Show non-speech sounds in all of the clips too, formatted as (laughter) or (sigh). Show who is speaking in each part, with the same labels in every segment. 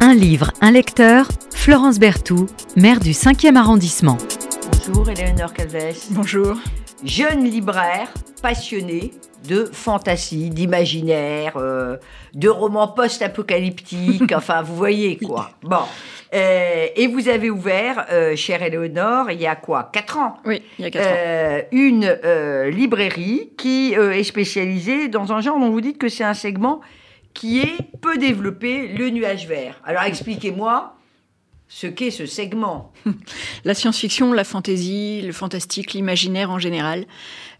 Speaker 1: Un livre, un lecteur, Florence Berthoud, maire du 5e arrondissement.
Speaker 2: Bonjour Eleanor Calves.
Speaker 3: Bonjour.
Speaker 2: Jeune libraire passionné de fantasy, d'imaginaire, euh, de romans (laughs) post-apocalyptiques, enfin vous voyez quoi. Bon. Euh, et vous avez ouvert, euh, chère Éléonore, il y a quoi 4 ans
Speaker 3: Oui, il y a 4
Speaker 2: Euh, Une euh, librairie qui euh, est spécialisée dans un genre dont vous dites que c'est un segment qui est peu développé, le nuage vert. Alors expliquez-moi ce qu'est ce segment.
Speaker 3: La science-fiction, la fantaisie, le fantastique, l'imaginaire en général,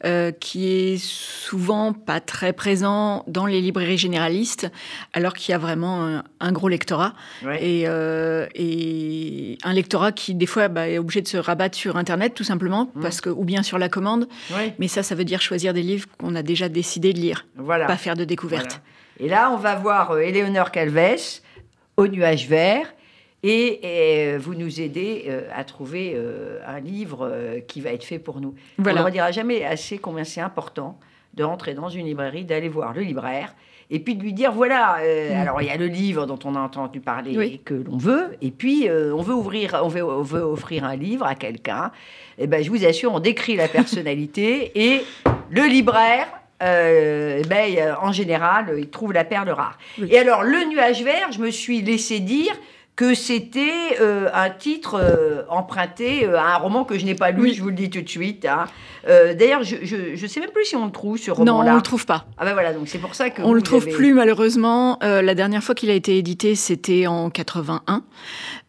Speaker 3: euh, qui est souvent pas très présent dans les librairies généralistes, alors qu'il y a vraiment un, un gros lectorat.
Speaker 2: Ouais.
Speaker 3: Et, euh, et un lectorat qui, des fois, bah, est obligé de se rabattre sur Internet, tout simplement, parce que, ou bien sur la commande.
Speaker 2: Oui.
Speaker 3: Mais ça, ça veut dire choisir des livres qu'on a déjà décidé de lire,
Speaker 2: Voilà.
Speaker 3: pas faire de découverte.
Speaker 2: Voilà. Et là, on va voir euh, Éléonore Calves au nuage vert. Et, et, euh, vous nous aidez euh, à trouver euh, un livre euh, qui va être fait pour nous. On
Speaker 3: Voilà.
Speaker 2: ne redira jamais assez combien c'est important de rentrer dans une librairie, d'aller voir le libraire, et puis de lui dire, voilà, euh, alors il y a le livre dont on a entendu parler
Speaker 3: Mm. Oui.
Speaker 2: et que l'on veut, et puis euh, on, veut ouvrir, on, veut, on veut offrir un livre à quelqu'un. Et ben, je vous assure, on décrit la personnalité, et le libraire, euh, eh ben, euh, en général, il trouve la perle rare.
Speaker 3: Oui.
Speaker 2: Et alors, le nuage vert, je me suis laissé dire que c'était euh, un titre euh, emprunté euh, à un roman que je n'ai pas lu,
Speaker 3: Oui.
Speaker 2: je vous le dis tout de suite. hein. Euh, D'ailleurs, je ne sais même plus si on le trouve, ce
Speaker 3: Non, on
Speaker 2: roman-là.
Speaker 3: le trouve pas.
Speaker 2: Ah ben voilà, donc c'est pour ça que...
Speaker 3: On
Speaker 2: vous
Speaker 3: le trouve
Speaker 2: avez-
Speaker 3: plus malheureusement. Euh, la dernière fois qu'il a été édité, c'était en 81.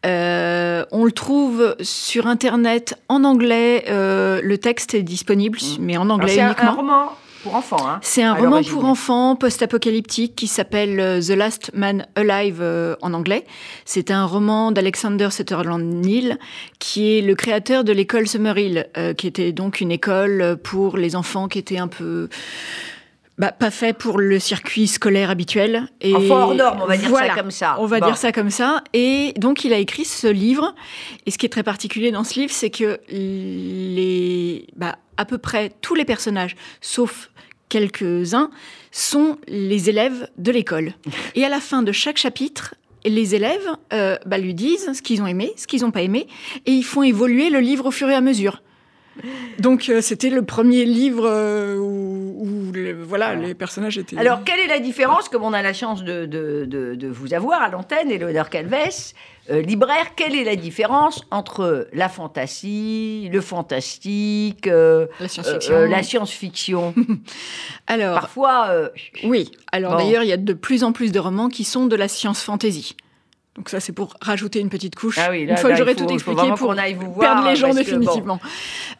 Speaker 3: Euh, on le trouve sur internet en anglais. Euh, le texte est disponible, mais
Speaker 2: Mm.
Speaker 3: en
Speaker 2: Alors,
Speaker 3: anglais
Speaker 2: C'est un, un
Speaker 3: uniquement.
Speaker 2: roman pour enfants, hein.
Speaker 3: C'est un
Speaker 2: à
Speaker 3: roman
Speaker 2: l'origine.
Speaker 3: pour enfants post-apocalyptique qui s'appelle euh, The Last Man Alive euh, en anglais. C'est un roman d'Alexander Sutherland Neal qui est le créateur de l'école Summerhill, euh, qui était donc une école pour les enfants qui étaient un peu bah, pas fait pour le circuit scolaire habituel. Et
Speaker 2: Enfants hors normes, on va dire
Speaker 3: voilà.
Speaker 2: ça comme ça.
Speaker 3: On va
Speaker 2: Bon.
Speaker 3: dire ça comme ça. Et donc, il a écrit ce livre. Et ce qui est très particulier dans ce livre, c'est que les, bah, à peu près tous les personnages, sauf quelques-uns, sont les élèves
Speaker 2: (laughs)
Speaker 3: de l'école. Et à la fin de chaque chapitre, les élèves euh, bah, lui disent ce qu'ils ont aimé, ce qu'ils n'ont pas aimé, et ils font évoluer le livre au fur et à mesure. Donc euh, c'était le premier livre euh, où, où le- voilà, les personnages étaient.
Speaker 2: Alors, quelle est la différence, comme on a la chance de, de- de- de vous avoir à l'antenne, Éléonore Calves, euh, libraire, quelle est la différence entre la fantasy, le fantastique, euh,
Speaker 3: la
Speaker 2: euh,
Speaker 3: science-fiction.
Speaker 2: euh, la
Speaker 3: (laughs)
Speaker 2: science-fiction
Speaker 3: Alors
Speaker 2: Parfois, euh,
Speaker 3: Oui,
Speaker 2: Bon.
Speaker 3: alors d'ailleurs, il y a de plus en plus de romans qui sont de la science fantasy. Donc ça, c'est pour rajouter une petite couche.
Speaker 2: ah oui, là,
Speaker 3: une fois
Speaker 2: là,
Speaker 3: que j'aurai
Speaker 2: il faut-
Speaker 3: tout
Speaker 2: il faut
Speaker 3: expliqué
Speaker 2: vraiment
Speaker 3: pour
Speaker 2: qu'on aille vous voir,
Speaker 3: perdre les gens
Speaker 2: parce que, bon,
Speaker 3: définitivement.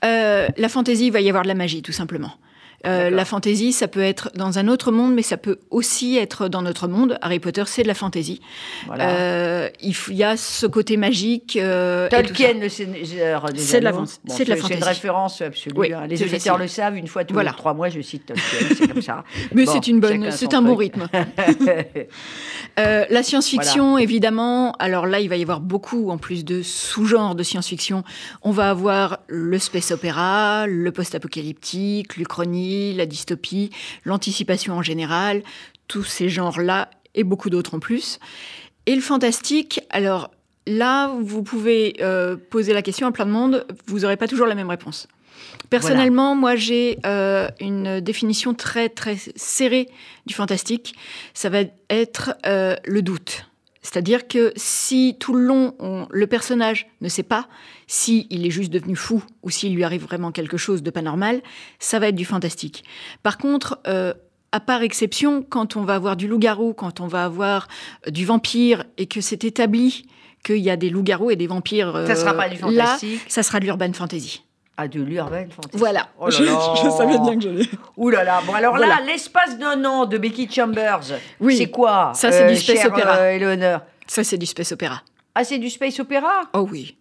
Speaker 3: Euh, la fantaisie, il va y avoir de la magie, tout simplement. Euh,
Speaker 2: Ah, D'accord.
Speaker 3: la fantaisie, ça peut être dans un autre monde, mais ça peut aussi être dans notre monde. Harry Potter, c'est de la fantaisie.
Speaker 2: voilà.
Speaker 3: Euh, il f- il y a ce côté magique. euh, et tout
Speaker 2: Tolkien, le Seigneur des
Speaker 3: C'est de la
Speaker 2: Anneaux.
Speaker 3: vente- c'est de la
Speaker 2: C'est une
Speaker 3: fantasy.
Speaker 2: référence absolue.
Speaker 3: Oui,
Speaker 2: hein. Les
Speaker 3: c'est
Speaker 2: auditeurs
Speaker 3: facile.
Speaker 2: le savent, une fois tous
Speaker 3: Voilà.
Speaker 2: les trois mois, je cite Tolkien, c'est comme
Speaker 3: (laughs)
Speaker 2: ça.
Speaker 3: ça. Mais
Speaker 2: Bon,
Speaker 3: c'est une bonne,
Speaker 2: chacun
Speaker 3: c'est
Speaker 2: son
Speaker 3: un bon
Speaker 2: truc.
Speaker 3: rythme. Euh, la science-fiction, évidemment. Alors là, il va y avoir beaucoup, en plus de sous-genres de science-fiction. On va avoir le space opéra, le post-apocalyptique, l'Uchronie, la dystopie, l'anticipation en général, tous ces genres-là et beaucoup d'autres en plus. Et le fantastique, alors là, vous pouvez euh, poser la question à plein de monde, vous n'aurez pas toujours la même réponse. Personnellement, moi, j'ai euh, une définition très, très serrée du fantastique. Ça va être euh, le doute. C'est-à-dire que si tout le long, on- le personnage ne sait pas si il est juste devenu fou ou s'il lui arrive vraiment quelque chose de pas normal, ça va être du fantastique. Par contre, euh, à part exception, quand on va avoir du loup-garou, quand on va avoir euh, du vampire et que c'est établi qu'il y a des loups-garous et des vampires,
Speaker 2: Ça ne sera pas
Speaker 3: euh,
Speaker 2: du
Speaker 3: là,
Speaker 2: fantastique.
Speaker 3: ça sera de l'urban fantasy.
Speaker 2: Ah, de l'urban fantasy.
Speaker 3: Voilà.
Speaker 2: Oh là là.
Speaker 3: que j'allais.
Speaker 2: Ouh là là. Bon, alors là,
Speaker 3: Voilà.
Speaker 2: l'espace d'un an de Becky Chambers,
Speaker 3: Oui.
Speaker 2: c'est quoi
Speaker 3: Ça, c'est du space
Speaker 2: chère,
Speaker 3: opéra.
Speaker 2: euh, Eleanor
Speaker 3: Ça, c'est du space opéra.
Speaker 2: Ah, c'est du space opéra
Speaker 3: Oh oui.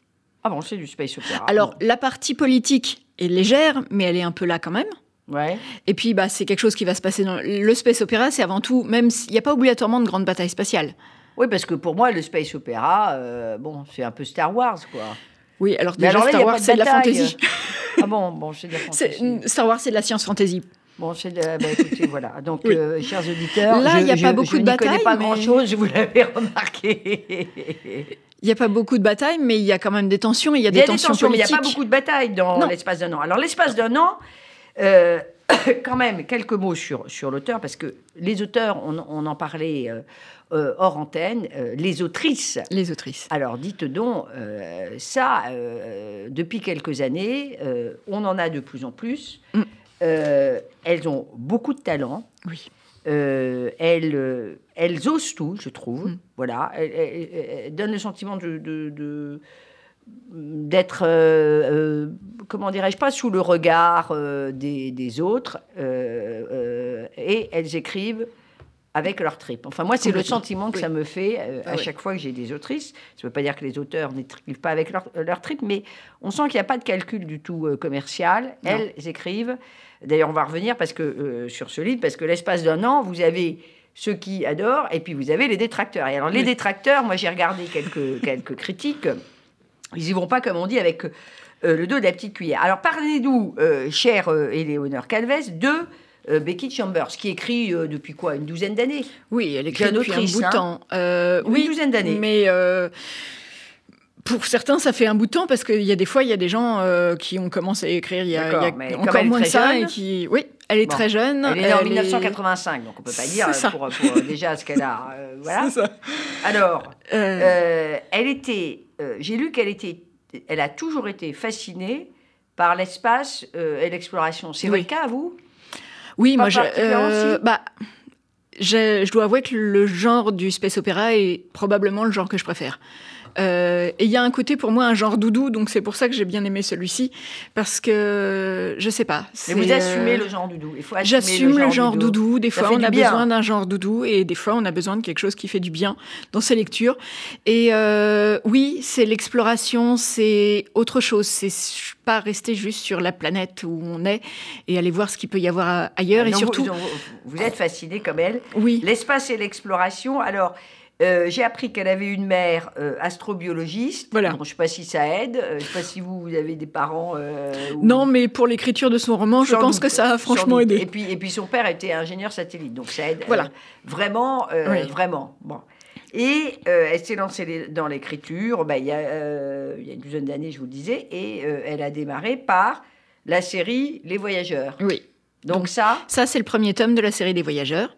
Speaker 2: Ah bon, c'est du space opéra.
Speaker 3: Alors, la partie politique est légère, mais elle est un peu là quand même.
Speaker 2: Ouais.
Speaker 3: Et puis, bah, c'est quelque chose qui va se passer dans le space opéra. C'est avant tout, même s'il n'y a pas obligatoirement de grande bataille spatiale.
Speaker 2: Oui, parce que pour moi, le space opéra, euh, bon, c'est un peu Star Wars, quoi.
Speaker 3: Oui, alors
Speaker 2: Mais
Speaker 3: déjà,
Speaker 2: alors là, il y a
Speaker 3: Star
Speaker 2: pas
Speaker 3: Wars,
Speaker 2: de
Speaker 3: c'est de la
Speaker 2: bataille.
Speaker 3: fantasy.
Speaker 2: Ah bon, bon, c'est de la
Speaker 3: C'est-
Speaker 2: fantasy.
Speaker 3: Star Wars, c'est de la science fantasy.
Speaker 2: Bon, c'est de- bah, écoutez, voilà. Donc, euh, chers auditeurs,
Speaker 3: Là,
Speaker 2: je-
Speaker 3: il y a
Speaker 2: je-
Speaker 3: pas beaucoup
Speaker 2: je
Speaker 3: de
Speaker 2: n'y connais
Speaker 3: batailles,
Speaker 2: pas
Speaker 3: mais-
Speaker 2: grand-chose, vous l'avez remarqué.
Speaker 3: Il n'y a pas beaucoup de batailles, mais il y a quand même des tensions. Il y a
Speaker 2: Il y
Speaker 3: des
Speaker 2: a des
Speaker 3: tensions
Speaker 2: tensions, mais il n'y a pas
Speaker 3: politiques.
Speaker 2: beaucoup de batailles dans
Speaker 3: Non.
Speaker 2: l'espace d'un an. Alors, l'espace d'un an, euh, (coughs) quand même, quelques mots sur, sur l'auteur, parce que les auteurs, on, on en parlait euh, euh, hors antenne, euh, les autrices.
Speaker 3: Les autrices.
Speaker 2: Alors, dites donc, euh, ça, euh, depuis quelques années, euh, on en a de plus en plus.
Speaker 3: Mm.
Speaker 2: Euh, elles ont beaucoup de talent.
Speaker 3: Oui.
Speaker 2: Euh, elles, euh, elles osent tout, je trouve.
Speaker 3: Mm.
Speaker 2: Voilà, elles, elles- elles donnent le sentiment de, de- de- d'être, euh, euh, comment dirais-je, pas sous le regard euh, des, des autres, euh, euh, et elles écrivent avec leur trip. Enfin, moi, c'est le
Speaker 3: Complètement.
Speaker 2: sentiment que
Speaker 3: Oui.
Speaker 2: ça me fait euh,
Speaker 3: Ah
Speaker 2: à
Speaker 3: oui.
Speaker 2: chaque fois que j'ai des autrices. Ça ne veut pas dire que les auteurs n'écrivent pas avec leur, leur trip, mais on sent qu'il n'y a pas de calcul du tout euh, commercial.
Speaker 3: Non.
Speaker 2: Elles écrivent. D'ailleurs, on va revenir parce que, euh, sur ce livre, parce que l'espace d'un an, vous avez ceux qui adorent et puis vous avez les détracteurs. Et alors, les
Speaker 3: Oui.
Speaker 2: détracteurs, moi, j'ai regardé quelques, (laughs) quelques critiques. Ils y vont pas, comme on dit, avec euh, le dos de la petite cuillère. Alors, parlez-nous, euh, chère euh, Éléonore Calves, de euh, Becky Chambers, qui écrit euh, depuis quoi Une douzaine d'années
Speaker 3: Oui, elle écrit
Speaker 2: Jeune
Speaker 3: depuis
Speaker 2: autrice,
Speaker 3: un bout de
Speaker 2: hein.
Speaker 3: temps. Euh,
Speaker 2: Une
Speaker 3: oui,
Speaker 2: douzaine d'années.
Speaker 3: Mais euh, pour certains, ça fait un bout de temps parce qu'il y a des fois, il y a des gens euh, qui ont commencé à écrire il y a, il y a
Speaker 2: D'accord, mais comme elle
Speaker 3: encore
Speaker 2: est
Speaker 3: moins de
Speaker 2: très
Speaker 3: ça
Speaker 2: jeune-
Speaker 3: et qui. Oui, elle est
Speaker 2: Bon,
Speaker 3: très jeune.
Speaker 2: Elle est née en 1985, donc on peut pas
Speaker 3: C'est
Speaker 2: dire euh,
Speaker 3: ça.
Speaker 2: pour, pour, euh, déjà ce qu'elle a.
Speaker 3: (laughs)
Speaker 2: euh, voilà.
Speaker 3: C'est ça.
Speaker 2: Alors,
Speaker 3: Euh,
Speaker 2: euh, elle était. euh, J'ai lu qu'elle était. Elle a toujours été fascinée par l'espace euh, et l'exploration. C'est
Speaker 3: Oui.
Speaker 2: votre cas, vous
Speaker 3: Oui,
Speaker 2: Pas
Speaker 3: moi, je,
Speaker 2: particulièrement,
Speaker 3: euh,
Speaker 2: si.
Speaker 3: bah, je, je dois avouer que le genre du space opéra est probablement le genre que je préfère. Euh, et il y a un côté pour moi un genre doudou, donc c'est pour ça que j'ai bien aimé celui-ci parce que je sais pas.
Speaker 2: Mais
Speaker 3: c'est,
Speaker 2: vous
Speaker 3: euh,
Speaker 2: assumez le genre doudou. Il faut assumer
Speaker 3: J'assume le genre doudou. Des
Speaker 2: Ça
Speaker 3: fois,
Speaker 2: fait
Speaker 3: on
Speaker 2: du
Speaker 3: a
Speaker 2: bien.
Speaker 3: besoin d'un genre doudou et des fois, on a besoin de quelque chose qui fait du bien dans ses lectures. Et euh, oui, c'est l'exploration, c'est autre chose. C'est pas rester juste sur la planète où on est et aller voir ce qu'il peut y avoir a- ailleurs. et
Speaker 2: Ah Non, vous-
Speaker 3: surtout,
Speaker 2: donc, vous, vous êtes fasciné comme elle.
Speaker 3: oui,
Speaker 2: L'espace et l'exploration. Alors. euh, J'ai appris qu'elle avait une mère euh, astrobiologiste.
Speaker 3: Voilà.
Speaker 2: Bon, je ne sais pas si ça aide. euh, je ne sais pas si vous, vous avez des parents. euh, ou-
Speaker 3: non, mais pour l'écriture de son roman, je
Speaker 2: Sans
Speaker 3: pense
Speaker 2: doute,
Speaker 3: que ça
Speaker 2: sans
Speaker 3: a franchement
Speaker 2: doute.
Speaker 3: aidé.
Speaker 2: Et puis, et puis son père était ingénieur satellite, donc ça aide.
Speaker 3: Voilà.
Speaker 2: euh, vraiment, euh,
Speaker 3: Oui.
Speaker 2: vraiment. Bon. Et euh, elle s'est lancée les- dans l'écriture ben, il, y a, euh, il y a une douzaine d'années, je vous le disais, et euh, elle a démarré par la série Les Voyageurs.
Speaker 3: Oui.
Speaker 2: Donc,
Speaker 3: Donc-
Speaker 2: ça,
Speaker 3: Ça, c'est le premier tome de la série des voyageurs.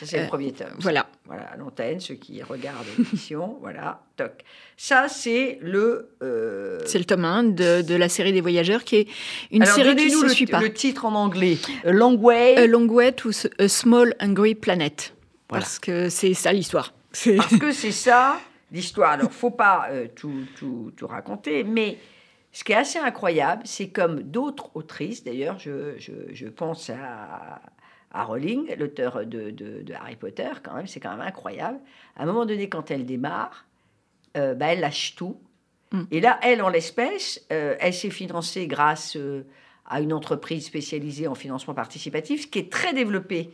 Speaker 2: ça c'est le
Speaker 3: Euh,
Speaker 2: premier tome.
Speaker 3: Voilà.
Speaker 2: Voilà, à l'antenne, ceux qui regardent l'émission, (laughs) voilà, toc. Ça, c'est le... euh,
Speaker 3: C'est le tome 1 de, de la série des voyageurs qui est une
Speaker 2: Alors,
Speaker 3: série qui
Speaker 2: donnez-nous
Speaker 3: se
Speaker 2: le,
Speaker 3: suit pas. Euh,
Speaker 2: le titre en anglais. A Long Way.
Speaker 3: A Long Way to S- a Small Hungry Planet.
Speaker 2: Voilà.
Speaker 3: Parce que c'est ça l'histoire. (laughs) Ah. C'est-
Speaker 2: Parce que c'est ça l'histoire. Alors, faut pas euh, tout, tout, tout raconter, mais ce qui est assez incroyable, c'est comme d'autres autrices, d'ailleurs, je, je, je pense à, à Rowling, l'auteur de, de- de Harry Potter, quand même, c'est quand même incroyable. À un moment donné, quand elle démarre, euh, bah, elle lâche tout.
Speaker 3: Mm.
Speaker 2: Et là, elle, en l'espèce, euh, elle s'est financée grâce euh, à une entreprise spécialisée en financement participatif, ce qui est très développé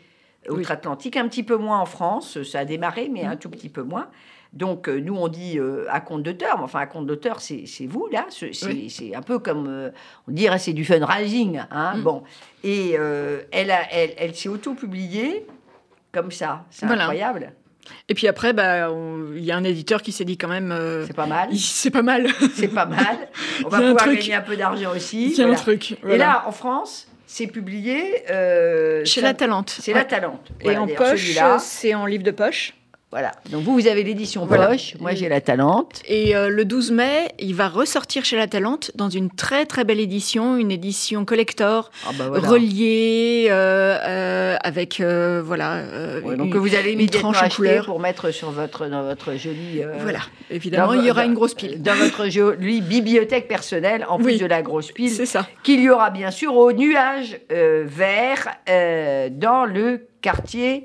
Speaker 2: outre-Atlantique, un petit peu moins en France. Ça a démarré,
Speaker 3: Mm.
Speaker 2: mais un tout petit peu moins. Donc, euh, nous, on dit euh, à compte d'auteur, mais enfin, à compte d'auteur, c'est c'est vous, là. C'est c'est-
Speaker 3: Oui.
Speaker 2: c'est un peu comme, euh, on dirait, c'est du fundraising. Hein,
Speaker 3: Mm.
Speaker 2: Bon. Et euh, elle, a- elle, elle s'est auto-publiée comme ça. C'est
Speaker 3: Voilà.
Speaker 2: incroyable.
Speaker 3: Et puis après, bah, on- il y a un éditeur qui s'est dit quand même, euh,
Speaker 2: C'est pas mal.
Speaker 3: il- c'est pas mal,
Speaker 2: C'est pas
Speaker 3: (laughs)
Speaker 2: mal. On va
Speaker 3: Il y a un
Speaker 2: pouvoir
Speaker 3: truc.
Speaker 2: gagner un peu d'argent aussi.
Speaker 3: il y a un
Speaker 2: Voilà.
Speaker 3: truc.
Speaker 2: Et
Speaker 3: voilà.
Speaker 2: là, en France, c'est publié. euh,
Speaker 3: chez
Speaker 2: ça-
Speaker 3: la Talente.
Speaker 2: C'est
Speaker 3: Ouais.
Speaker 2: la talente.
Speaker 3: Et
Speaker 2: Voilà,
Speaker 3: en
Speaker 2: d'ailleurs,
Speaker 3: poche,
Speaker 2: celui-là.
Speaker 3: euh, c'est en livre de poche.
Speaker 2: Voilà. Donc vous, vous avez l'édition
Speaker 3: Voilà.
Speaker 2: poche. Moi, j'ai la talente.
Speaker 3: Et euh, le 12 mai, il va ressortir chez la Talente dans une très très belle édition, une édition collector,
Speaker 2: Ah bah
Speaker 3: reliée, euh, euh, avec euh, voilà. euh,
Speaker 2: Ouais, donc
Speaker 3: une-
Speaker 2: que vous allez immédiatement
Speaker 3: tranche en
Speaker 2: acheter
Speaker 3: couleur.
Speaker 2: pour mettre sur votre dans votre jolie euh, bah,
Speaker 3: voilà.
Speaker 2: dans
Speaker 3: Évidemment,
Speaker 2: vo-
Speaker 3: il y aura
Speaker 2: dans-
Speaker 3: une grosse pile.
Speaker 2: dans votre jolie bibliothèque personnelle en plus
Speaker 3: Oui.
Speaker 2: de la grosse pile
Speaker 3: C'est ça.
Speaker 2: qu'il y aura bien sûr au nuage euh, vert euh, dans le quartier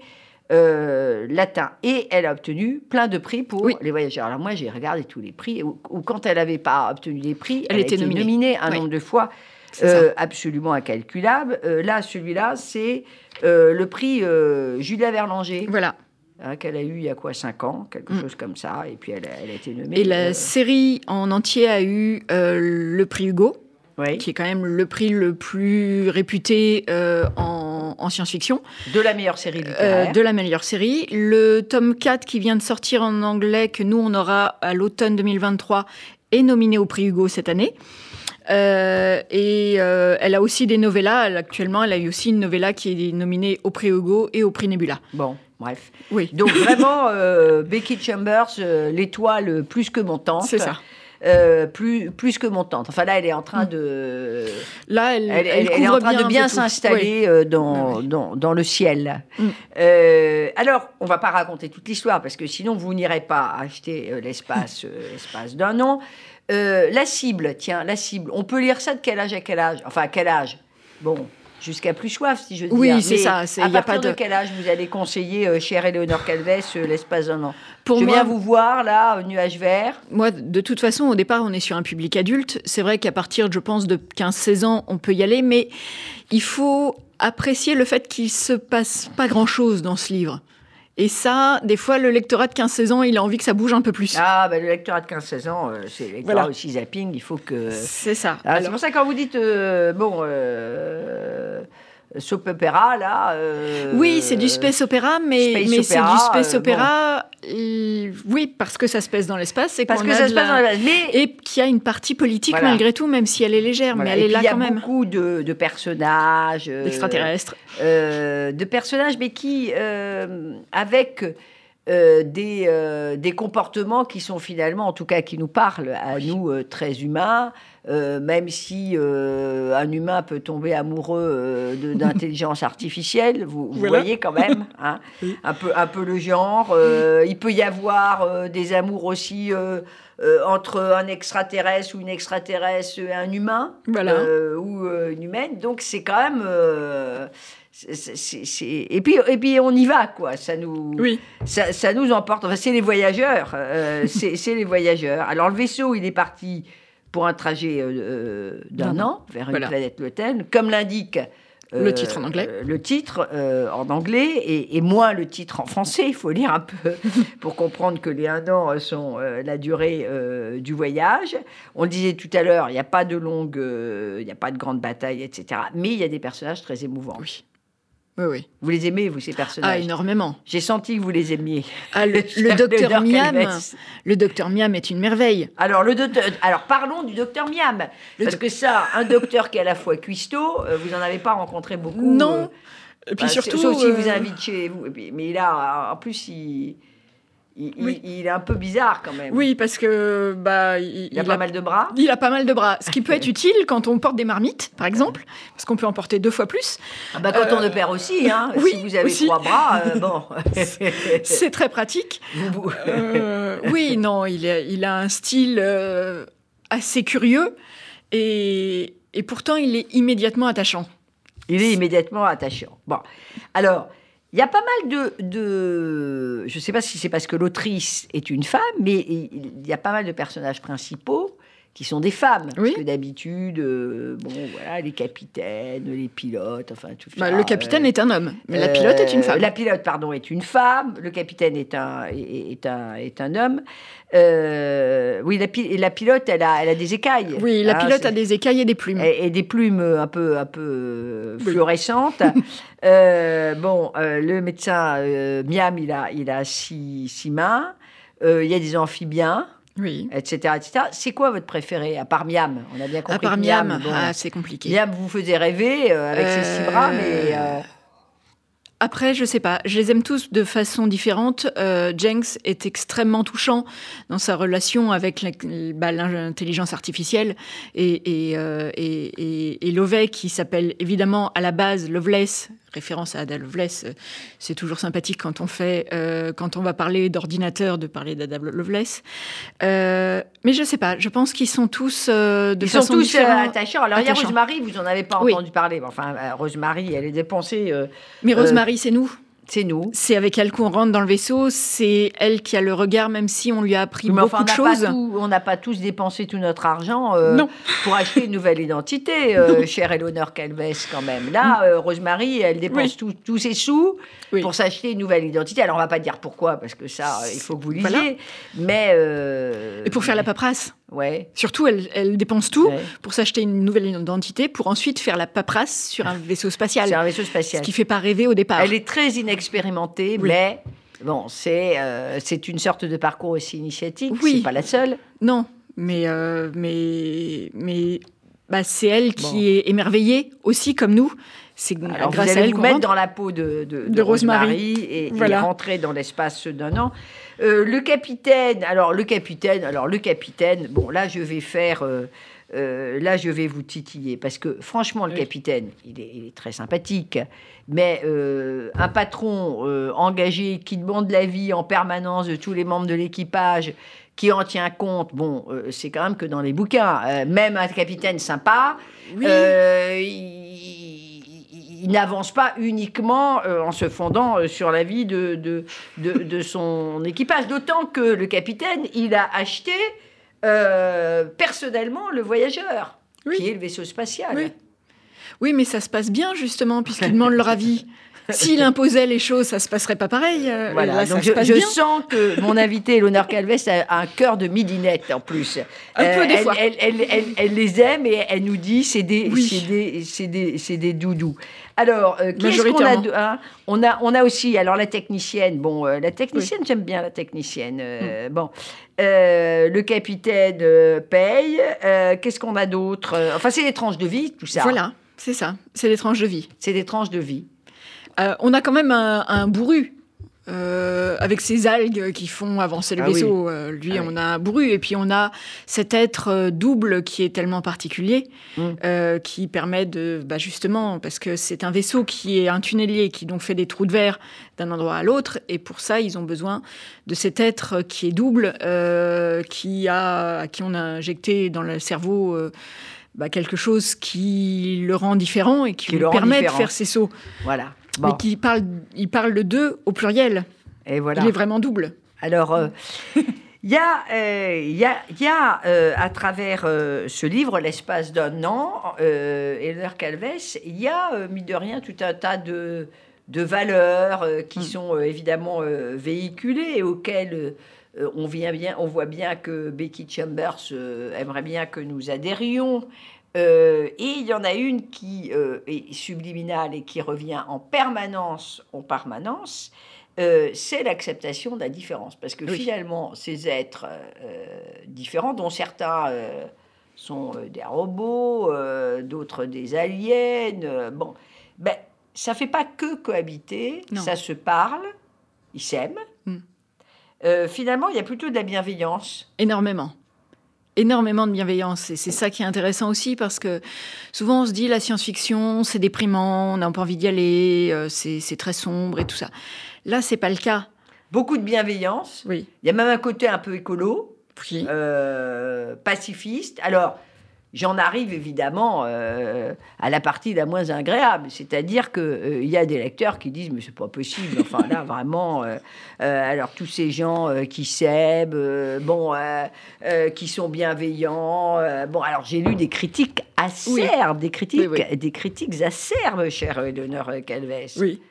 Speaker 2: euh, latin. Et elle a obtenu plein de prix pour
Speaker 3: Oui.
Speaker 2: les voyageurs. Alors moi, j'ai regardé tous les prix, ou, ou quand elle n'avait pas obtenu les prix,
Speaker 3: Elle
Speaker 2: elle,
Speaker 3: était
Speaker 2: a été nominée,
Speaker 3: nominée.
Speaker 2: un
Speaker 3: Oui.
Speaker 2: nombre de fois
Speaker 3: C'est
Speaker 2: euh, absolument incalculable. Euh, là, celui-là, c'est euh, le prix euh, Julia Verlanger,
Speaker 3: Voilà.
Speaker 2: hein, qu'elle a eu il y a quoi, 5 ans, quelque
Speaker 3: Mm.
Speaker 2: chose comme ça. Et puis elle, a- elle a été nommée.
Speaker 3: Et la
Speaker 2: euh,
Speaker 3: série en entier a eu euh, le prix Hugo,
Speaker 2: oui.
Speaker 3: qui est quand même le prix le plus réputé euh, en, en, en science-fiction,
Speaker 2: De la meilleure série
Speaker 3: euh,
Speaker 2: littéraire.
Speaker 3: de la meilleure série. Le tome 4 qui vient de sortir en anglais, que nous on aura à l'automne 2023, est nominé au prix Hugo cette année. Euh, et euh, elle a aussi des novellas. Elle- actuellement, elle a eu aussi une novella qui est nominée au prix Hugo et au prix Nebula.
Speaker 2: Bon, bref.
Speaker 3: Oui,
Speaker 2: Donc vraiment, euh, Becky Chambers, euh, l'étoile plus que montante.
Speaker 3: c'est ça. Mm.
Speaker 2: Euh, plus, plus que montante. Enfin là, elle est en train de...
Speaker 3: Là, elle,
Speaker 2: Elle,
Speaker 3: elle
Speaker 2: elle- elle est
Speaker 3: couvre
Speaker 2: en train
Speaker 3: bien
Speaker 2: de
Speaker 3: un
Speaker 2: bien
Speaker 3: peu tout. Oui.
Speaker 2: s'installer euh, dans,
Speaker 3: Ouais, ouais.
Speaker 2: dans, dans le ciel.
Speaker 3: Mm.
Speaker 2: Euh, alors, on va pas raconter toute l'histoire parce que sinon vous n'irez pas acheter euh,
Speaker 3: (laughs)
Speaker 2: l'espace euh, l'espace d'un an. Euh, la cible, tiens, la cible. On peut lire ça de quel âge à quel âge Enfin, à quel âge Bon, jusqu'à plus soif, si je veux
Speaker 3: Oui,
Speaker 2: dire.
Speaker 3: c'est
Speaker 2: Mais
Speaker 3: ça, c'est-
Speaker 2: À
Speaker 3: y a
Speaker 2: partir
Speaker 3: pas
Speaker 2: de...
Speaker 3: de-
Speaker 2: quel âge vous allez conseiller, euh, chère Éléonore Calves, euh, l'espace d'un an
Speaker 3: Pour
Speaker 2: Je
Speaker 3: moi,
Speaker 2: viens vous voir là, au nuage vert.
Speaker 3: Moi, de toute façon, au départ, on est sur un public adulte. C'est vrai qu'à partir, je pense, de 15-16 ans, on peut y aller, mais il faut apprécier le fait qu'il se passe pas grand-chose dans ce livre. Et ça, des fois, le lectorat de 15-16 ans, il a envie que ça bouge un peu plus.
Speaker 2: Ah, ben, le lectorat de 15-16 ans, euh, c'est le lectorat
Speaker 3: Voilà.
Speaker 2: aussi zapping. Il faut que.
Speaker 3: C'est ça.
Speaker 2: Ah, c'est
Speaker 3: Alors,
Speaker 2: pour ça que quand vous dites euh, bon euh, soap opera là. euh,
Speaker 3: oui, c'est du space opéra, mais,
Speaker 2: space
Speaker 3: mais c'est
Speaker 2: opéra,
Speaker 3: du space
Speaker 2: euh,
Speaker 3: opéra. euh, oui, parce que ça se passe dans l'espace, et
Speaker 2: Parce
Speaker 3: qu'on
Speaker 2: que
Speaker 3: a
Speaker 2: ça
Speaker 3: de
Speaker 2: se passe
Speaker 3: la-
Speaker 2: dans la Mais
Speaker 3: et qu'il y a une partie politique
Speaker 2: Voilà.
Speaker 3: malgré tout, même si elle est légère,
Speaker 2: Voilà.
Speaker 3: mais
Speaker 2: Et
Speaker 3: elle est
Speaker 2: puis,
Speaker 3: là
Speaker 2: il y a
Speaker 3: quand même.
Speaker 2: beaucoup de, de personnages. euh,
Speaker 3: Extraterrestre.
Speaker 2: euh, de personnages, mais qui euh, avec. euh, des, euh, des comportements qui sont finalement, en tout cas qui nous parlent, à nous euh, très humains, euh, même si euh, un humain peut tomber amoureux euh, de- d'intelligence
Speaker 3: (laughs)
Speaker 2: artificielle, vous, vous
Speaker 3: Voilà.
Speaker 2: voyez quand
Speaker 3: (laughs)
Speaker 2: même, hein,
Speaker 3: Oui.
Speaker 2: un, peu, un peu le genre. euh, il peut y avoir euh, des amours aussi euh, euh, entre un extraterrestre ou une extraterrestre et un humain
Speaker 3: Voilà.
Speaker 2: euh, ou euh, une humaine. Donc c'est quand même. euh, c'est- c'est- c'est- Et, puis, et puis on y va, quoi. Ça nous,
Speaker 3: Oui.
Speaker 2: ça, ça nous emporte. Enfin, c'est les voyageurs.
Speaker 3: (laughs)
Speaker 2: euh, c'est c'est les voyageurs. Alors le vaisseau, il est parti pour un trajet euh, d'un
Speaker 3: D'un
Speaker 2: an vers
Speaker 3: Voilà.
Speaker 2: une planète lointaine, comme l'indique.
Speaker 3: Le titre en anglais.
Speaker 2: euh, Le titre euh, en anglais et, et moins le titre en français. Il faut lire un
Speaker 3: (laughs)
Speaker 2: peu pour comprendre que les un an euh, sont euh, la durée euh, du voyage. On le disait tout à l'heure, il n'y a pas de longue, euh, il n'y a pas de grande bataille, etc. Mais il y a des personnages très émouvants.
Speaker 3: Oui. Oui, oui.
Speaker 2: Vous les aimez, vous, ces
Speaker 3: Ah,
Speaker 2: personnages
Speaker 3: énormément.
Speaker 2: J'ai senti que vous les aimiez.
Speaker 3: Ah, le, le
Speaker 2: (laughs) Cher
Speaker 3: docteur
Speaker 2: Léonard
Speaker 3: Miam,
Speaker 2: Calves.
Speaker 3: le docteur Miam est une merveille.
Speaker 2: Alors, le docteur- alors, parlons du docteur Miam.
Speaker 3: Le
Speaker 2: parce
Speaker 3: doc-
Speaker 2: que ça, un docteur qui est à la fois cuistot, euh, vous n'en avez pas rencontré beaucoup. euh,
Speaker 3: Non. Et puis
Speaker 2: bah,
Speaker 3: surtout,
Speaker 2: Sauf si
Speaker 3: euh,
Speaker 2: vous invite chez vous. Et puis- Mais là, en plus, il, il,
Speaker 3: Oui.
Speaker 2: il- il est un peu bizarre quand même.
Speaker 3: Oui, parce que bah il,
Speaker 2: Il a pas mal de bras.
Speaker 3: il a pas mal de bras, ce qui peut être utile quand on porte des marmites, par exemple, parce qu'on peut en porter deux fois plus.
Speaker 2: Ah bah, quand
Speaker 3: Euh,
Speaker 2: on opère aussi, hein,
Speaker 3: oui,
Speaker 2: si vous avez
Speaker 3: aussi.
Speaker 2: trois bras, euh, bon.
Speaker 3: C'est très pratique.
Speaker 2: (laughs) Vous- vous-
Speaker 3: Euh,
Speaker 2: (laughs)
Speaker 3: oui, non, il a, il a un style euh, assez curieux et, et pourtant il est immédiatement attachant.
Speaker 2: Il est immédiatement attachant. Bon, alors, il y a pas mal de... de- je ne sais pas si c'est parce que l'autrice est une femme, mais il il y a pas mal de personnages principaux qui sont des femmes.
Speaker 3: Oui.
Speaker 2: Parce que d'habitude, euh, bon, voilà, les capitaines, les pilotes, enfin tout
Speaker 3: Bah,
Speaker 2: ça.
Speaker 3: le capitaine
Speaker 2: euh,
Speaker 3: est un homme, mais la pilote est une
Speaker 2: euh,
Speaker 3: femme.
Speaker 2: La pilote, pardon, est une femme. Le capitaine est un, est, est un, est un homme. Euh, oui, la, pi- et la pilote, elle a, elle a des écailles.
Speaker 3: Oui, la
Speaker 2: Hein,
Speaker 3: pilote
Speaker 2: c'est-
Speaker 3: a des écailles et des plumes.
Speaker 2: et, et des plumes un peu, un peu euh,
Speaker 3: Mm. Oui.
Speaker 2: fluorescentes. Euh, bon, euh, le médecin euh, Miam, il a, il a six, six mains. Euh, il y a des amphibiens,
Speaker 3: Oui.
Speaker 2: etc. etc. C'est quoi votre préféré, à part Miam On a bien compris.
Speaker 3: À part
Speaker 2: que
Speaker 3: Miam,
Speaker 2: bon, euh,
Speaker 3: ah, c'est compliqué.
Speaker 2: Miam vous faisait rêver euh, avec ses six
Speaker 3: Euh,
Speaker 2: bras, mais... euh,
Speaker 3: Après, je sais pas, je les aime tous de façon différente. Euh, Jenks est extrêmement touchant dans sa relation avec la- bah, l'intelligence artificielle et, et, euh, et- et- et Lovey qui s'appelle évidemment à la base Loveless, référence à Ada Lovelace. Euh, C'est toujours sympathique quand on fait, euh, quand on va parler d'ordinateur, de parler d'Ada Lovelace. Euh, mais je sais pas, je pense qu'ils sont tous euh, de
Speaker 2: Ils sont
Speaker 3: façon
Speaker 2: tous euh,
Speaker 3: différente.
Speaker 2: attachants. Alors, il y a
Speaker 3: attachants.
Speaker 2: Rosemary, vous n'en avez pas
Speaker 3: Oui.
Speaker 2: entendu parler. Mais Enfin, euh, Rosemary, elle est dépensée, euh,
Speaker 3: Mais Rosemary, c'est nous.
Speaker 2: c'est nous.
Speaker 3: C'est avec elle qu'on rentre dans le vaisseau, c'est elle qui a le regard, même si on lui a appris
Speaker 2: Mais
Speaker 3: beaucoup
Speaker 2: enfin, on
Speaker 3: de
Speaker 2: n'a pas
Speaker 3: choses.
Speaker 2: tout- on n'a pas tous dépensé tout notre argent euh,
Speaker 3: Non.
Speaker 2: pour acheter une nouvelle identité, euh, chère Eleonore Calves, quand même. Là, euh, Rosemary, elle dépense
Speaker 3: Oui.
Speaker 2: tout- tous ses sous
Speaker 3: Oui.
Speaker 2: pour s'acheter une nouvelle identité. Alors, on va pas dire pourquoi, parce que ça, euh, il faut que vous lisiez.
Speaker 3: Voilà.
Speaker 2: Mais. euh,
Speaker 3: Et pour faire la paperasse.
Speaker 2: Ouais.
Speaker 3: Surtout, elle, elle dépense tout
Speaker 2: Ouais.
Speaker 3: pour s'acheter une nouvelle identité pour ensuite faire la paperasse sur un vaisseau
Speaker 2: C'est
Speaker 3: spatial.
Speaker 2: un vaisseau
Speaker 3: Ce
Speaker 2: spatial.
Speaker 3: qui fait pas rêver au départ.
Speaker 2: Elle est très inexpérimentée,
Speaker 3: Oui.
Speaker 2: mais bon, c'est euh, c'est une sorte de parcours aussi initiatique.
Speaker 3: Oui.
Speaker 2: C'est pas la seule.
Speaker 3: Non, mais, euh, mais, mais bah, c'est elle qui
Speaker 2: Bon.
Speaker 3: est émerveillée aussi comme nous. C'est
Speaker 2: Alors,
Speaker 3: grâce
Speaker 2: vous
Speaker 3: à
Speaker 2: allez
Speaker 3: elle
Speaker 2: vous
Speaker 3: qu'on
Speaker 2: mettre
Speaker 3: rentre.
Speaker 2: dans la peau de, de, de
Speaker 3: De Rosemary.
Speaker 2: Rosemary et, et
Speaker 3: Voilà.
Speaker 2: rentrer dans l'espace d'un an. Euh, le capitaine, alors le capitaine, alors le capitaine, bon là je vais faire, euh, euh, là je vais vous titiller parce que franchement le
Speaker 3: Oui.
Speaker 2: capitaine, il est, il est très sympathique, mais euh, un patron euh, engagé qui demande l'avis en permanence de tous les membres de l'équipage, qui en tient compte, bon euh, c'est quand même que dans les bouquins, Euh, même un capitaine sympa.
Speaker 3: Oui.
Speaker 2: Euh, il, il- il n'avance pas uniquement euh, en se fondant euh, sur la vie de, de, de, de son équipage, d'autant que le capitaine, il a acheté euh, personnellement le voyageur,
Speaker 3: Oui.
Speaker 2: qui est le vaisseau spatial.
Speaker 3: Oui. Oui, mais ça se passe bien justement
Speaker 2: (laughs)
Speaker 3: puisqu'ils demandent leur avis. S'il imposait les choses, ça se passerait pas pareil. euh,
Speaker 2: Voilà,
Speaker 3: là, ça
Speaker 2: donc
Speaker 3: se
Speaker 2: je,
Speaker 3: passe
Speaker 2: je
Speaker 3: bien.
Speaker 2: sens que mon invité, Léonore Calves, a un cœur de midinette en plus. Euh,
Speaker 3: Un peu, des
Speaker 2: elle,
Speaker 3: fois.
Speaker 2: Elle, elle- elle- elle les aime et elle nous dit c'est des,
Speaker 3: Oui.
Speaker 2: c'est des, c'est des, c'est des doudous. Alors, euh, qui est-ce qu'on a,
Speaker 3: Majoritairement.
Speaker 2: de- hein on a On a aussi, alors la technicienne, bon, euh, la technicienne, j'aime bien la technicienne. euh,
Speaker 3: Hmm.
Speaker 2: Bon, Euh, le capitaine euh, paye. Euh, Qu'est-ce qu'on a d'autre Enfin, c'est des tranches de vie, tout ça.
Speaker 3: Voilà, c'est ça. C'est les tranches de vie.
Speaker 2: C'est des tranches de vie.
Speaker 3: Euh, on a quand même un, un bourru. euh, avec ces algues qui font avancer le
Speaker 2: Ah
Speaker 3: vaisseau. Euh, lui,
Speaker 2: Ah oui.
Speaker 3: on a un bourru. Et puis, on a cet être euh, double qui est tellement particulier,
Speaker 2: Mm.
Speaker 3: euh, qui permet de. Bah justement, parce que c'est un vaisseau qui est un tunnelier, qui donc fait des trous de verre d'un endroit à l'autre. Et pour ça, ils ont besoin de cet être qui est double, euh, qui a, à qui on a injecté dans le cerveau euh, bah, quelque chose qui le rend différent et qui,
Speaker 2: Qui
Speaker 3: lui
Speaker 2: le rend
Speaker 3: permet de
Speaker 2: différent.
Speaker 3: faire ses sauts.
Speaker 2: Voilà. Bon,
Speaker 3: Mais qui parle, il parle de deux au pluriel.
Speaker 2: et voilà.
Speaker 3: Il est vraiment double.
Speaker 2: Alors, euh, il y a, euh, il y a, il y a, euh, à travers euh, ce livre, l'espace d'un an, euh, Eleanor Calves, il y a, euh, mine de rien, tout un tas de, de valeurs euh, qui
Speaker 3: Mm.
Speaker 2: sont euh, évidemment euh, véhiculées et auxquelles euh, euh, on, vient bien, on voit bien que Becky Chambers euh, aimerait bien que nous adhérions. Euh, et il y en a une qui euh, est subliminale et qui revient en permanence, en permanence, euh, c'est l'acceptation de la différence. Parce que
Speaker 3: Oui.
Speaker 2: finalement, ces êtres euh, différents, dont certains euh, sont euh, des robots, euh, d'autres des aliens, euh, bon, ben, ça fait pas que cohabiter,
Speaker 3: Non.
Speaker 2: ça se parle, ils s'aiment.
Speaker 3: Mm.
Speaker 2: Euh, finalement, il y a plutôt de la bienveillance.
Speaker 3: Énormément. Énormément de bienveillance. Et c'est ça qui est intéressant aussi parce que souvent on se dit la science-fiction, c'est déprimant, on n'a pas envie d'y aller, euh, c'est c'est très sombre et tout ça. Là, c'est pas le cas.
Speaker 2: Beaucoup de bienveillance.
Speaker 3: Oui.
Speaker 2: Il y a même un côté un peu écolo.
Speaker 3: Oui.
Speaker 2: euh, pacifiste. Alors, j'en arrive évidemment euh, à la partie la moins agréable, c'est-à-dire que euh, il y a des lecteurs qui disent mais c'est pas possible. Enfin
Speaker 3: (laughs)
Speaker 2: là vraiment, euh, euh, alors tous ces gens euh, qui s'aiment, euh, bon, euh, euh, qui sont bienveillants. euh, bon, alors j'ai lu des critiques acerbes, des critiques,
Speaker 3: Oui,
Speaker 2: des critiques acerbes, chère Eleanor Calves.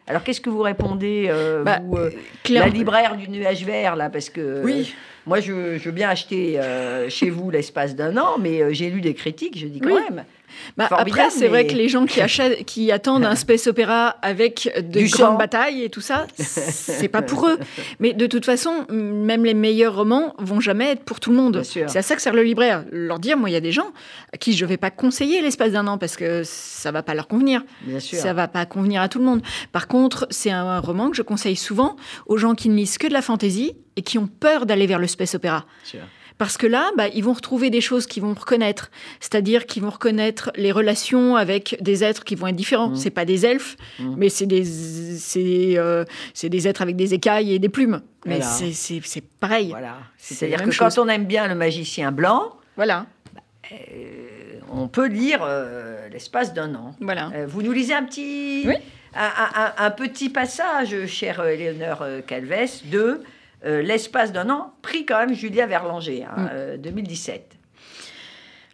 Speaker 2: Alors qu'est-ce que vous répondez euh,
Speaker 3: Bah,
Speaker 2: vous, euh,
Speaker 3: Claire-
Speaker 2: la libraire du nuage vert, là, parce que
Speaker 3: Oui.
Speaker 2: euh, moi, je, je veux bien acheter euh, chez vous l'espace d'un an, mais euh, j'ai lu des critiques, je dis quand
Speaker 3: Oui.
Speaker 2: même.
Speaker 3: Bah,
Speaker 2: formidable,
Speaker 3: après, c'est vrai
Speaker 2: mais-
Speaker 3: que les gens qui, achètent,
Speaker 2: (laughs)
Speaker 3: qui attendent un space opéra avec de
Speaker 2: Du sang.
Speaker 3: grandes batailles et tout ça, c'est pas pour
Speaker 2: (laughs)
Speaker 3: eux. Mais de toute façon, même les meilleurs romans vont jamais être pour tout le monde.
Speaker 2: Bien sûr.
Speaker 3: C'est à ça que sert le libraire. Leur dire, moi, il y a des gens à qui je vais pas conseiller l'espace d'un an parce que ça va pas leur convenir.
Speaker 2: Bien sûr.
Speaker 3: Ça va pas convenir à tout le monde. Par contre, c'est un roman que je conseille souvent aux gens qui ne lisent que de la fantaisie et qui ont peur d'aller vers le space opéra. Parce que là, bah, ils vont retrouver des choses qu'ils vont reconnaître, c'est-à-dire qu'ils vont reconnaître les relations avec des êtres qui vont être différents.
Speaker 2: Mm.
Speaker 3: C'est pas des elfes,
Speaker 2: Mm.
Speaker 3: mais c'est des c'est euh, c'est des êtres avec des écailles et des plumes. Mais
Speaker 2: Voilà.
Speaker 3: c'est- c'est c'est pareil. Voilà.
Speaker 2: Voilà.
Speaker 3: C'est
Speaker 2: C'est-à-dire
Speaker 3: la
Speaker 2: que
Speaker 3: même chose.
Speaker 2: quand on aime bien le magicien blanc, euh, on peut lire euh, l'espace d'un an.
Speaker 3: Voilà.
Speaker 2: Euh, vous nous lisez un petit,
Speaker 3: Oui.
Speaker 2: un, un- un- un petit passage, chère euh, Éléonore euh, Calves, de euh, l'espace d'un an, pris quand même Julia Verlanger, hein,
Speaker 3: Mm.
Speaker 2: euh, 2017.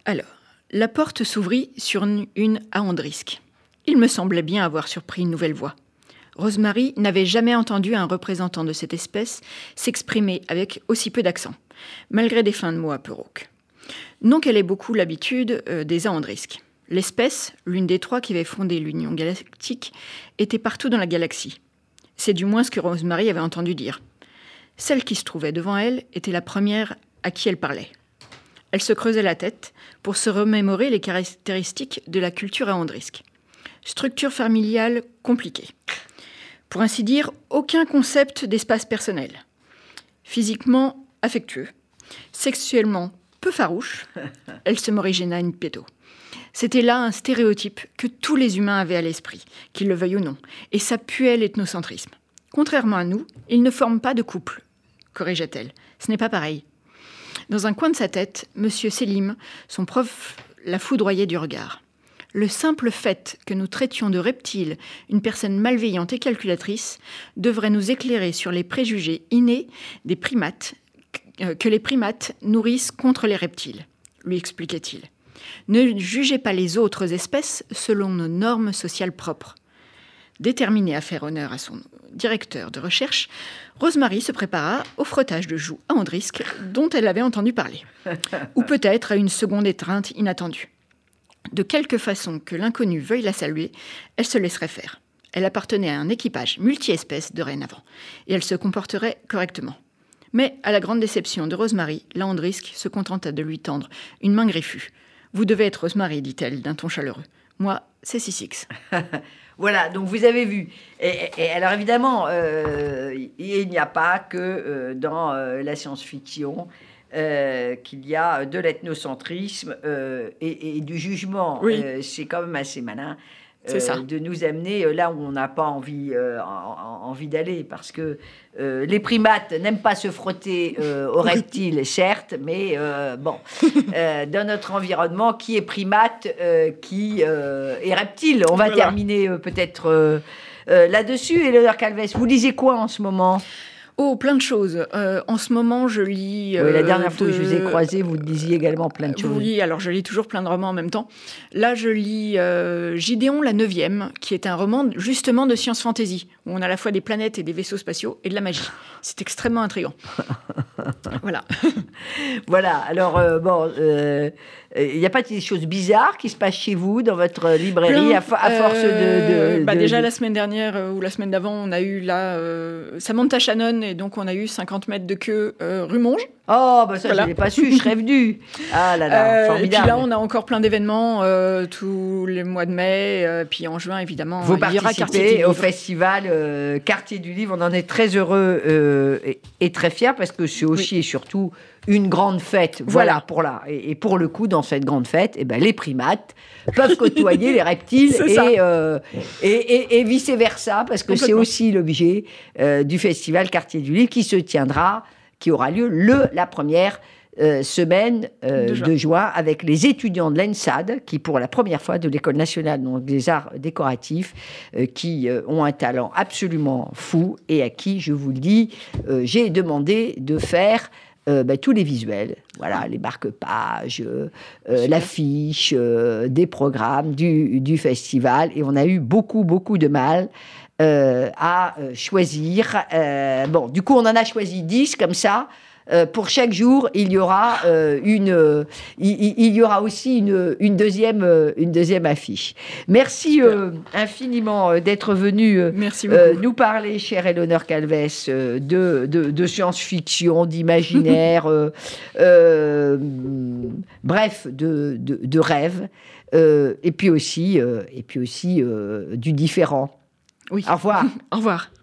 Speaker 3: Alors, la porte s'ouvrit sur une- une à Andrisque. Il me semblait bien avoir surpris une nouvelle voix. Rosemary n'avait jamais entendu un représentant de cette espèce s'exprimer avec aussi peu d'accent, malgré des fins de mots un peu rauques. non qu'elle ait beaucoup l'habitude euh, des aandrisques. L'espèce, l'une des trois qui avait fondé l'Union galactique, était partout dans la galaxie. C'est du moins ce que Rosemary avait entendu dire. Celle qui se trouvait devant elle était la première à qui elle parlait. Elle se creusait la tête pour se remémorer les caractéristiques de la culture aandrisque. Structure familiale compliquée. Pour ainsi dire, aucun concept d'espace personnel. Physiquement affectueux, sexuellement peu farouche, elle se morigena une péto. C'était là un stéréotype que tous les humains avaient à l'esprit, qu'ils le veuillent ou non, et ça puait l'ethnocentrisme. Contrairement à nous, ils ne forment pas de couple, corrigea-t-elle. Ce n'est pas pareil. Dans un coin de sa tête, M. Selim, son prof, la foudroyait du regard. Le simple fait que nous traitions de reptile une personne malveillante et calculatrice devrait nous éclairer sur les préjugés innés des primates euh, que les primates nourrissent contre les reptiles, lui expliquait-il. Ne jugez pas les autres espèces selon nos normes sociales propres. Déterminée à faire honneur à son directeur de recherche, Rosemary se prépara au frottage de joues à Andrisque dont elle avait entendu parler, ou peut-être à une seconde étreinte inattendue. De quelque façon que l'inconnue veuille la saluer, elle se laisserait faire. Elle appartenait à un équipage multi-espèces dorénavant, et elle se comporterait correctement. Mais, à la grande déception de Rosemary, la Andrisque se contenta de lui tendre une main griffue. Vous devez être Rosemary, dit-elle d'un ton chaleureux. Moi, c'est Sissix.
Speaker 2: Voilà, donc vous avez vu. Et, et- et alors évidemment, euh, il n'y a pas que euh, dans euh, la science-fiction euh, qu'il y a de l'ethnocentrisme euh, et, et du jugement.
Speaker 3: Oui.
Speaker 2: Euh, c'est quand même assez malin.
Speaker 3: C'est
Speaker 2: euh,
Speaker 3: ça.
Speaker 2: De nous amener euh, là où on n'a pas envie, euh, en- en- envie d'aller, parce que euh, les primates n'aiment pas se frotter euh,
Speaker 3: (laughs)
Speaker 2: aux reptiles, certes, mais euh, bon, euh, dans notre environnement, qui est primate, euh, qui euh, est reptile On va
Speaker 3: Voilà.
Speaker 2: terminer euh, peut-être euh, euh, là-dessus. Eleanor Calves, vous lisez quoi en ce moment
Speaker 3: Oh, plein de choses. Euh, en ce moment, je lis.
Speaker 2: Oui, La
Speaker 3: euh,
Speaker 2: dernière fois que je
Speaker 3: de-
Speaker 2: vous ai croisé, vous disiez également plein de
Speaker 3: Je vous
Speaker 2: choses.
Speaker 3: lis, alors je lis toujours plein de romans en même temps. Là, je lis euh, Gideon la Neuvième, qui est un roman justement de science fantasy, où on a à la fois des planètes et des vaisseaux spatiaux et de
Speaker 2: (laughs)
Speaker 3: la magie. C'est extrêmement intriguant. voilà.
Speaker 2: Voilà, alors euh, bon, euh, euh, il n'y a pas des choses bizarres qui se passent chez vous, dans votre librairie, à, fo- à
Speaker 3: Euh,
Speaker 2: force de. de-
Speaker 3: bah,
Speaker 2: de-
Speaker 3: déjà,
Speaker 2: de-
Speaker 3: la semaine dernière euh, ou la semaine d'avant, on a eu là euh, Samantha Shannon, et donc on a eu 50 mètres de queue euh, rue Monge.
Speaker 2: Oh, bah ça,
Speaker 3: Voilà.
Speaker 2: je l'ai pas su, je serais venue. Ah là là,
Speaker 3: Euh, et puis
Speaker 2: formidable.
Speaker 3: là, on a encore plein d'événements euh, tous les mois de mai, euh, puis en juin, évidemment,
Speaker 2: Vous
Speaker 3: il y aura Quartier
Speaker 2: participez
Speaker 3: du
Speaker 2: au
Speaker 3: Livre.
Speaker 2: festival euh, Quartier du Livre. On en est très heureux euh, et, et très fiers parce que c'est aussi et surtout une grande fête. Voilà,
Speaker 3: Voilà.
Speaker 2: pour là. Et, et pour le coup, dans cette grande fête, eh ben, les primates peuvent (laughs) côtoyer les reptiles
Speaker 3: C'est ça.
Speaker 2: et, euh, et, et- et vice-versa parce que c'est
Speaker 3: Complètement.
Speaker 2: aussi l'objet euh, du festival Quartier du Livre qui se tiendra, qui aura lieu le, la première. euh, semaine euh,
Speaker 3: De
Speaker 2: de,
Speaker 3: juin.
Speaker 2: juin. avec les étudiants de l'ENSAD qui pour la première fois de l'école nationale donc, des arts décoratifs euh, qui euh, ont un talent absolument fou et à qui, je vous le dis, euh, j'ai demandé de faire euh, bah, tous les visuels. Voilà, les marque-pages, euh, euh, l'affiche, euh, des programmes du, du festival. Et on a eu beaucoup, beaucoup de mal. euh, à euh, choisir. Euh, bon, du coup, on en a choisi 10 comme ça. Euh, pour chaque jour, il y aura euh, une, euh, il, il- il y aura aussi une, une deuxième, euh, une deuxième affiche. Merci euh, infiniment euh, d'être venu euh,
Speaker 3: Merci beaucoup.
Speaker 2: euh, nous parler, chère Eleonore Calves, euh, de, de, de science-fiction, d'imaginaire, euh, euh, mm, bref, de, de, de rêve, euh, et puis aussi, euh, et puis aussi euh, du différent.
Speaker 3: Oui.
Speaker 2: Au revoir.
Speaker 3: Au revoir.